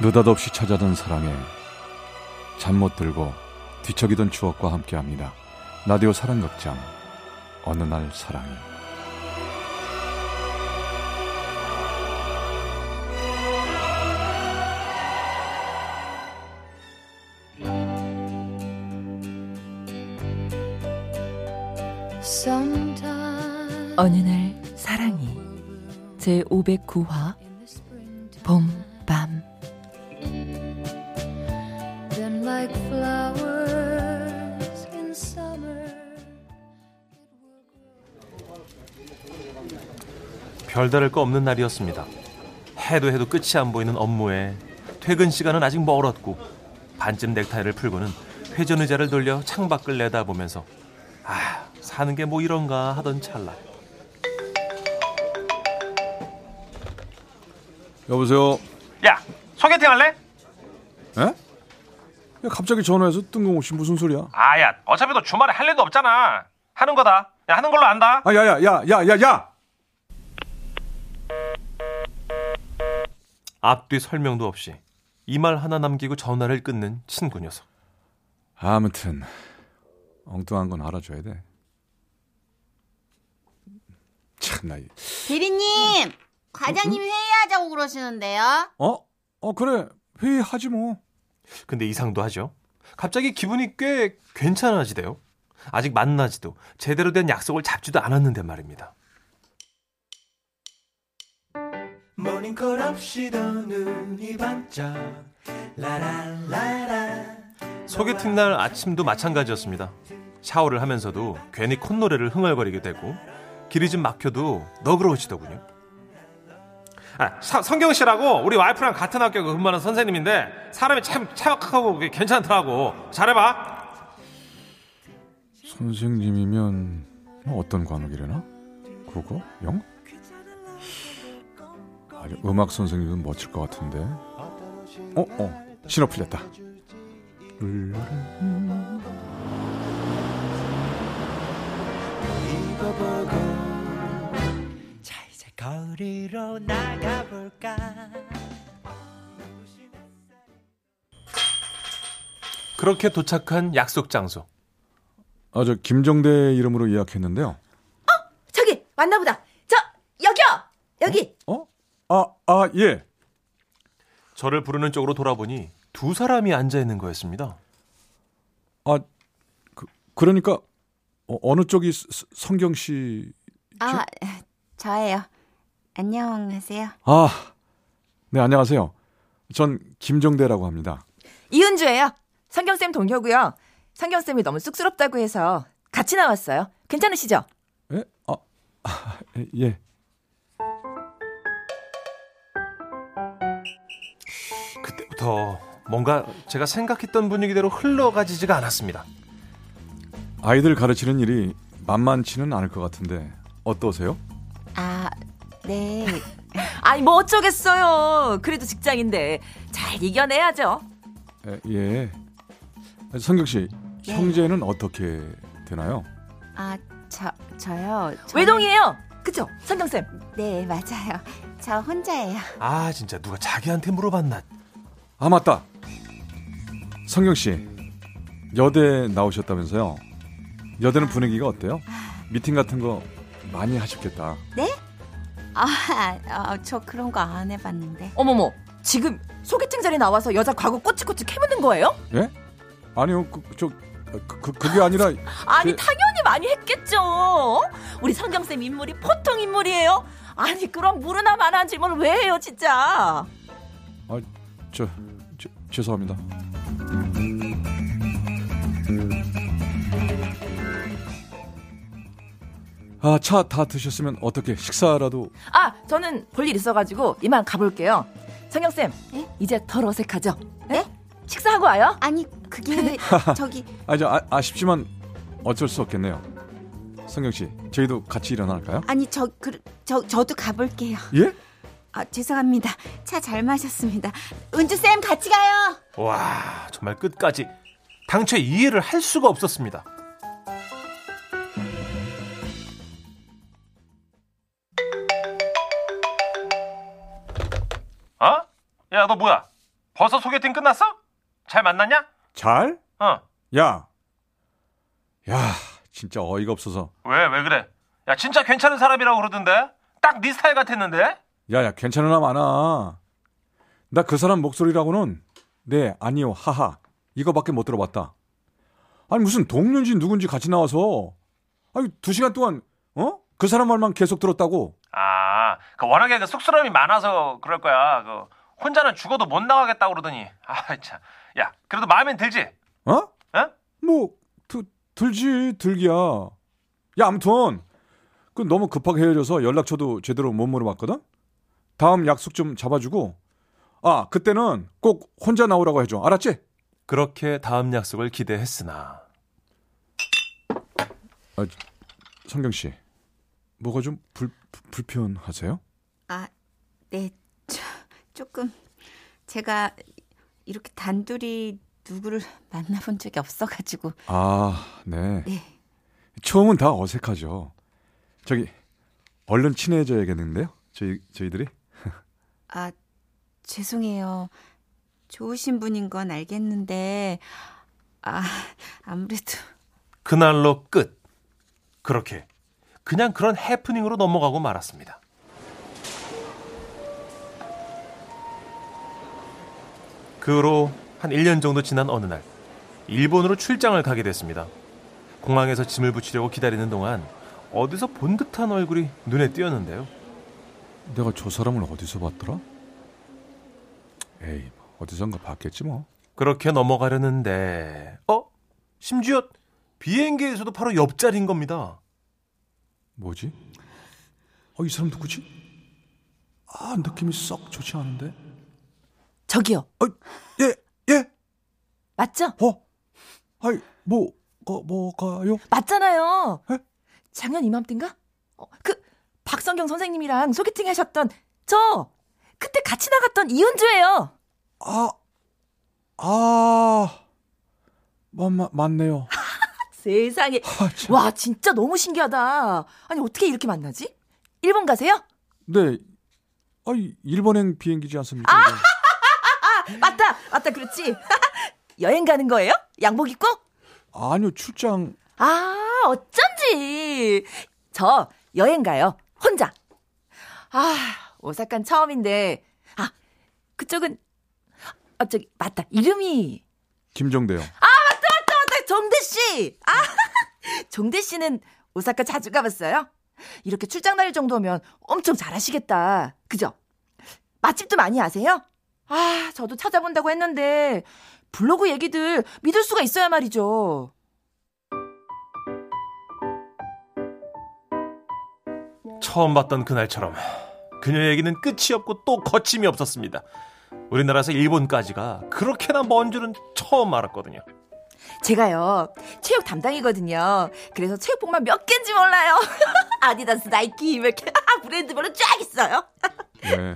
느닷없이 찾아든 사랑에 잠 못 들고 뒤척이던 추억과 함께합니다. 라디오 사랑극장 어느 날 사랑이 어느 날 사랑이 제 509화 봄, 밤 별다를 거 없는 날이었습니다. 해도 해도 끝이 안 보이는 업무에 퇴근 시간은 아직 멀었고 반쯤 넥타이를 풀고는 회전 의자를 돌려 창밖을 내다보면서 아 사는 게 뭐 이런가 하던 찰나 여보세요. 야 소개팅 할래? 에? 야, 갑자기 전화해서 뜬금없이 무슨 소리야? 아야 어차피 너 주말에 할 일도 없잖아 하는 거다 야, 하는 걸로 안다 아, 야, 야, 야, 야, 야, 야! 앞뒤 설명도 없이 이 말 하나 남기고 전화를 끊는 친구 녀석. 아무튼 엉뚱한 건 알아줘야 돼. 참나. 이- 대리님 과장님 회의하자고 그러시는데요. 어? 어 그래 회의하지 뭐. 근데 이상도 하죠. 갑자기 기분이 꽤 괜찮아지대요. 아직 만나지도 제대로 된 약속을 잡지도 않았는데 말입니다. 모닝콜 없이도 눈이 반짝 라라라라 소개팅 날 아침도 마찬가지였습니다. 샤워를 하면서도 괜히 콧노래를 흥얼거리게 되고 길이 좀 막혀도 너그러워지더군요. 아, 서- 성경 씨라고 우리 와이프랑 같은 학교 근무하는 선생님인데 사람이 참 착하고 괜찮더라고 잘해봐 선생님이면 어떤 과목이려나? 국어? 영어? 아니 음악 선생님은 멋질 것 같은데. 어, 어 신호 풀렸다. 이거 보고 자 이제 거리로 나가볼까 그렇게 도착한 약속 장소. 아 저 김정대 이름으로 예약했는데요. 저기 왔나보다. 저 여기요. 여기. 어? 아, 아 예. 저를 부르는 쪽으로 돌아보니 두 사람이 앉아 있는 거였습니다. 아 그, 그러니까 어, 어느 쪽이 스- 스- 성경 씨? 아 저예요. 안녕하세요. 아, 네 안녕하세요. 전 김정대라고 합니다. 이은주예요. 성경쌤 동료고요. 성경쌤이 너무 쑥스럽다고 해서 같이 나왔어요. 괜찮으시죠? 예? 아, 아, 예. 그때부터 뭔가 제가 생각했던 분위기대로 흘러가지지가 않았습니다. 아이들 가르치는 일이 만만치는 않을 것 같은데 어떠세요? 아 네. 아니 뭐 어쩌겠어요. 그래도 직장인데 잘 이겨내야죠. 예, 예. 성경 씨, 형제는 어떻게 되나요? 아 저 저요. 저는- 외동이에요. 그쵸? 성경쌤. 네 맞아요. 저 혼자예요. 아 진짜 누가 자기한테 물어봤나? 아 맞다. 성경 씨, 여대 나오셨다면서요? 여대는 분위기가 어때요? 미팅 같은 거 많이 하셨겠다. 아, 아저 그런 거 안 해봤는데. 어머머. 지금 소개팅 자리 나와서 여자 과거 꼬치꼬치 캐묻는 거예요? 예? 아니요, 그, 저 그, 그- 그게 아니라 아니 그- 당연히 많이 했겠죠. 어? 우리 성경쌤 인물이 보통 인물이에요. 아니 그럼 무르나 마나한 질문을 왜 해요 진짜. 저, 저 죄송합니다. 아, 차 다 드셨으면 어떻게 식사라도 아, 저는 볼일 있어가지고 이만 가볼게요. 성경쌤, 네? 이제 덜 어색하죠? 예? 네? 식사하고 와요? 아니 그게 저기 아, 저, 아, 아쉽지만 어쩔 수 없겠네요. 성경 씨, 저희도 같이 일어날까요? 아니 저 그 저 저도 가볼게요. 예? 아 죄송합니다. 차 잘 마셨습니다. 은주 쌤 같이 가요. 와 정말 끝까지 당최 이해를 할 수가 없었습니다. 어? 야 너 뭐야 만났냐? 잘? 어. 야. 야, 진짜 어이가 없어서. 왜, 왜 그래? 야, 진짜 괜찮은 사람이라고 그러던데? 딱 네 스타일 같았는데? 야, 야, 괜찮으나 마나. 나 그 사람 목소리라고는 네, 아니요, 하하. 이거밖에 못 들어봤다. 아니, 무슨 동료인지 누군지 같이 나와서. 아니, 두 시간 동안, 어? 그 사람 말만 계속 들었다고. 아, 그 워낙에 그 쑥스러움이 많아서 그럴 거야. 그 혼자는 죽어도 못 나가겠다고 그러더니. 아, 참. 야, 그래도 마음엔 들지? 어? 어? 뭐, 드, 들지, 들기야. 야, 아무튼, 그 너무 급하게 헤어져서 연락처도 제대로 못 물어봤거든? 다음 약속 좀 잡아주고, 아, 그때는 꼭 혼자 나오라고 해줘. 알았지? 그렇게 다음 약속을 기대했으나 성경 씨, 뭐가 좀 불, 불- 불편하세요? 아, 네, 저, 조금 제가 이렇게 단둘이 누구를 만나본 적이 없어가지고 아, 네. 네. 처음은 다 어색하죠. 저기, 얼른 친해져야겠는데요? 저희, 저희들이? 아, 죄송해요. 좋으신 분인 건 알겠는데 아, 아무래도 그날로 끝. 그렇게 그냥 그런 해프닝으로 넘어가고 말았습니다. 그로 한 1년 정도 지난 어느 날 일본으로 출장을 가게 됐습니다. 공항에서 짐을 붙이려고 기다리는 동안 어디서 본 듯한 얼굴이 눈에 띄었는데요. 내가 저 사람을 어디서 봤더라? 에이, 뭐 어디선가 봤겠지 뭐. 그렇게 넘어가려는데 어? 심지어 비행기에서도 바로 옆자리인 겁니다. 뭐지? 어, 이 사람 누구지? 아, 느낌이 썩 좋지 않은데? 저기요. 예, 예, 맞죠? 어? 아이, 뭐, 어, 뭐가요? 맞잖아요. 에? 작년 이맘때인가? 어, 그 박성경 선생님이랑 소개팅 하셨던 저 그때 같이 나갔던 이은주예요. 아, 아, 맞, 맞, 맞네요. 세상에. 아, 참. 와, 진짜 너무 신기하다. 아니, 어떻게 이렇게 만나지? 일본 가세요? 네, 아이, 일본행 비행기지 않습니까? 이거? 맞다, 맞다, 그렇지. 여행 가는 거예요? 양복 입고? 아니요, 출장. 아, 어쩐지. 저 여행 가요. 혼자. 아, 오사카는 처음인데. 아, 그쪽은 아, 저기 맞다. 이름이 김정대요. 맞다. 네, 정대 씨. 아, 정대 씨는 오사카 자주 가 봤어요? 이렇게 출장 다닐 정도면 엄청 잘하시겠다. 그죠? 맛집도 많이 아세요? 아, 저도 찾아본다고 했는데 블로그 얘기들 믿을 수가 있어야 말이죠. 처음 봤던 그날처럼 그녀의 얘기는 끝이 없고 또 거침이 없었습니다. 우리나라에서 일본까지가 그렇게나 먼 줄은 처음 알았거든요. 제가요 체육 담당이거든요. 그래서 체육복만 몇 개인지 몰라요. 아디다스, 나이키 이렇게 브랜드별로 쫙 있어요. 네, 네.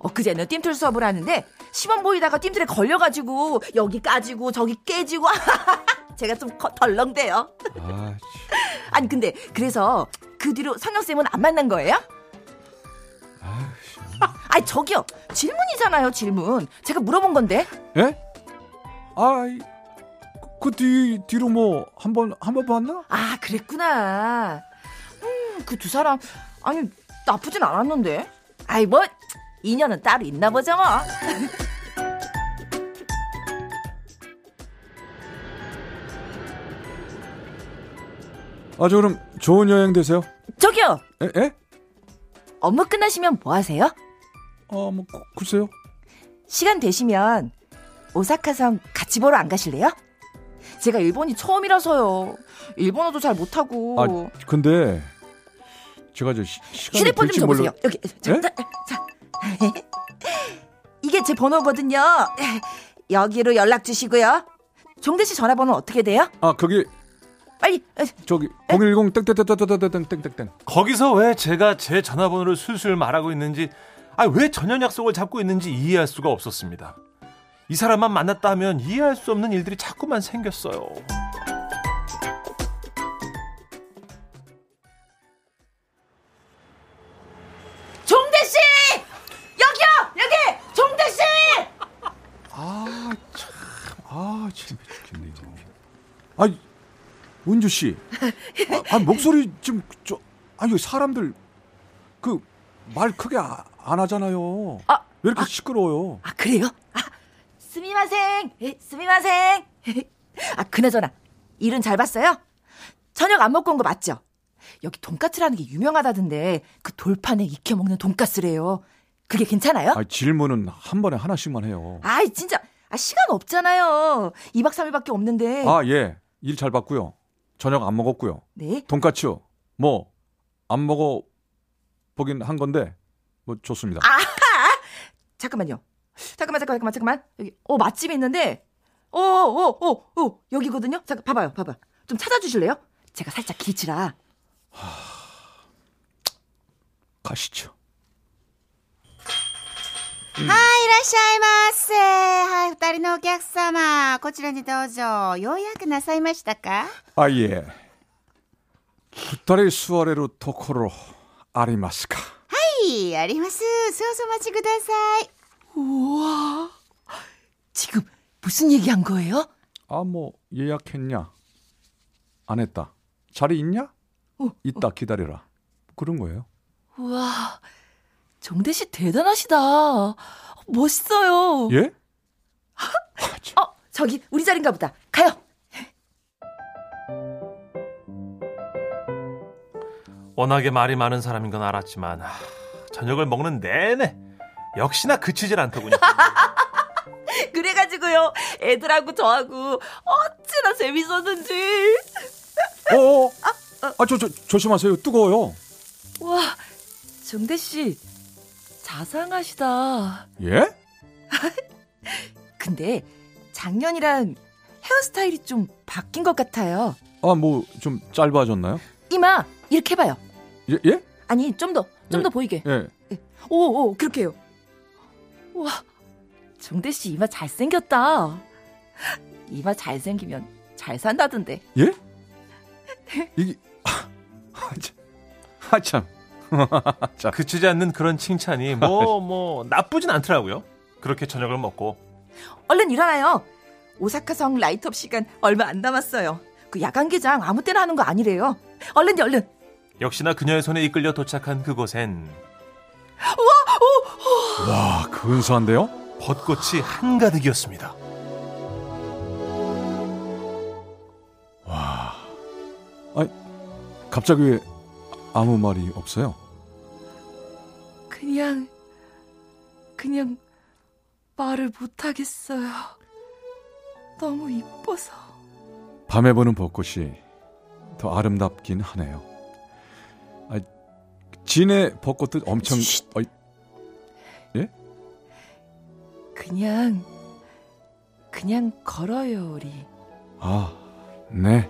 어, 엊그제는 뜀틀 수업을 하는데 시범 보이다가 뜀틀에 걸려가지고 여기 까지고 저기 깨지고 제가 좀 거- 덜렁대요. 아, 참. 아니 근데 그래서 그 뒤로 성영 쌤은 안 만난 거예요? 아, 아니 저기요 질문이잖아요 질문. 제가 물어본 건데 예? 아, 그, 그 뒤, 뒤로 뭐, 한 번, 한 번 봤나? 아 그랬구나. 음 그 두 사람 아니 나쁘진 않았는데. 아이 뭐 인연은 따로 있나 보죠 뭐. 아주 그럼 좋은 여행 되세요. 저기요 에, 에? 업무 끝나시면 뭐 하세요? 어, 뭐, 구- 글쎄요. 시간 되시면 오사카섬 같이 보러 안 가실래요? 제가 일본이 처음이라서요. 일본어도 잘 못하고. 아, 근데, 제가 저 시, 시간이 휴대폰 될지 좀 몰라- 줘보세요. 여기. 자, 예? 자, 자. 이게 제 번호거든요. 여기로 연락 주시고요. 종대 씨 전화번호 어떻게 돼요? 아, 거기, 빨리. 어, 저기, 010 땡땡땡땡땡땡땡땡. 거기서 왜 제가 제 전화번호를 술술 말하고 있는지, 아 왜 전연 약속을 잡고 있는지 이해할 수가 없었습니다. 이 사람만 만났다 하면 이해할 수 없는 일들이 자꾸만 생겼어요. 종대 씨! 여기요! 여기! 종대 씨! 아, 참. 아, 아, 참 죽겠네요. 아, 은주 씨. 아, 아, 목소리 지금 저 아니 사람들 그 말 크게 아- 안 하잖아요. 아, 왜 이렇게 시끄러워요? 아 그래요? 아 스미마생, 에, 스미마생. 아 그나저나 일은 잘 봤어요? 저녁 안 먹고 온 거 맞죠? 여기 돈까스라는 게 유명하다던데 그 돌판에 익혀 먹는 돈까스래요. 그게 괜찮아요? 아, 질문은 한 번에 하나씩만 해요. 아이 진짜 아 시간 없잖아요. 2박 3일밖에 없는데. 아, 예. 일 잘 봤고요. 저녁 안 먹었고요. 네. 돈까츠요. 뭐 안 먹어 보긴 한 건데 뭐 좋습니다. 아. 잠깐만요. 잠깐만 잠깐만 잠깐만 잠깐만. 여기 어 맛집이 있는데. 어어어어 여기거든요. 잠깐 봐 봐요. 봐 봐. 좀 찾아 주실래요? 제가 살짝 길치라. 가시죠. いらっしゃいませ。はい、二人のお客様、こちらにどうぞ。ようやくなさいましたか 아 예. 구타리 수아레로 토코로 아리마스카. いい、あります。そうぞお待ちください。 지금 무슨 얘기한 거예요? 아 뭐 예약했냐? 안 했다. 자리 있냐? 있다 기다려라. 그런 거예요. 우와, 정대 씨 대단하시다. 멋있어요. 예? 어, 저기 우리 자리인가 보다. 가요. 워낙에 말이 많은 사람인 건 알았지만 아, 저녁을 먹는 내내 역시나 그치질 않더군요. 그래가지고요, 애들하고 저하고 어찌나 재밌었는지. 어. 아 저 저 조심하세요. 뜨거워요. 와, 정대 씨 자상하시다. 예? 근데 작년이랑 헤어스타일이 좀 바뀐 것 같아요. 아 뭐 좀 짧아졌나요? 이마 이렇게 해봐요. 예 예? 아니 좀 더 좀 네. 더 보이게. 예. 오오 그렇게 해요. 와 정대 씨 이마 잘 생겼다. 이마 잘 생기면 잘 산다던데. 예? 이게 아, 참. 아 참. 자, 그치지 않는 그런 칭찬이 뭐 뭐 나쁘진 않더라고요. 그렇게 저녁을 먹고 얼른 일어나요. 오사카성 라이트업 시간 얼마 안 남았어요. 그 야간 개장 아무 때나 하는 거 아니래요. 얼른 얼른. 역시나 그녀의 손에 이끌려 도착한 그곳엔 와, 근사한데요? 벚꽃이 한가득이었습니다. 갑자기 왜 아무 말이 없어요? 그냥 그냥 말을 못 하겠어요. 너무 이뻐서. 밤에 보는 벚꽃이 더 아름답긴 하네요. 아, 진해 벚꽃도 엄청 쉿. 어이, 그냥 그냥 걸어요 우리. 아, 네.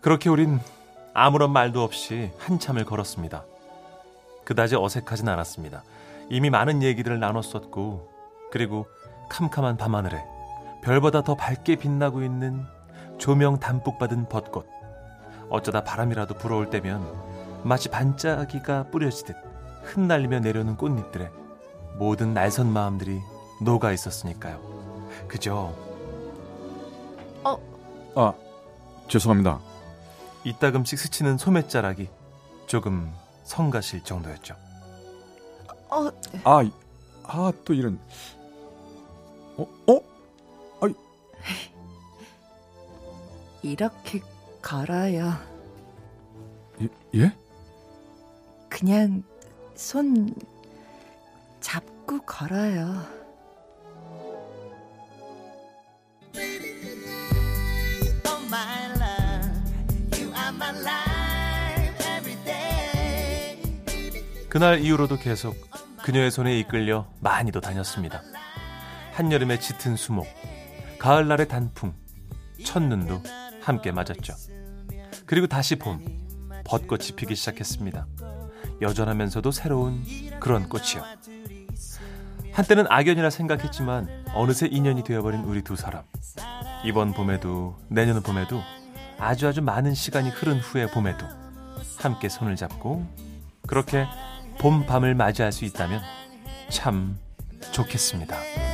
그렇게 우린 아무런 말도 없이 한참을 걸었습니다. 그다지 어색하진 않았습니다. 이미 많은 얘기들을 나눴었고, 그리고 캄캄한 밤하늘에 별보다 더 밝게 빛나고 있는 조명 담뿍 받은 벚꽃. 어쩌다 바람이라도 불어올 때면 마치 반짝이가 뿌려지듯 흩날리며 내려오는 꽃잎들에 모든 날선 마음들이 녹아 있었으니까요. 그저 아, 죄송합니다. 이따금씩 스치는 소매자락이 조금 성가실 정도였죠. 어 아, 이- 아, 또 이런. 어, 어? 이렇게 걸어요. 예? 예? 그냥 손 잡고 걸어요. 그날 이후로도 계속 그녀의 손에 이끌려 많이도 다녔습니다. 한여름의 짙은 수목, 가을날의 단풍, 첫눈도 함께 맞았죠. 그리고 다시 봄, 벚꽃이 피기 시작했습니다. 여전하면서도 새로운 그런 꽃이요. 한때는 악연이라 생각했지만 어느새 인연이 되어버린 우리 두 사람. 이번 봄에도 내년 봄에도 아주 아주 많은 시간이 흐른 후의 봄에도 함께 손을 잡고 그렇게 봄 밤을 맞이할 수 있다면 참 좋겠습니다.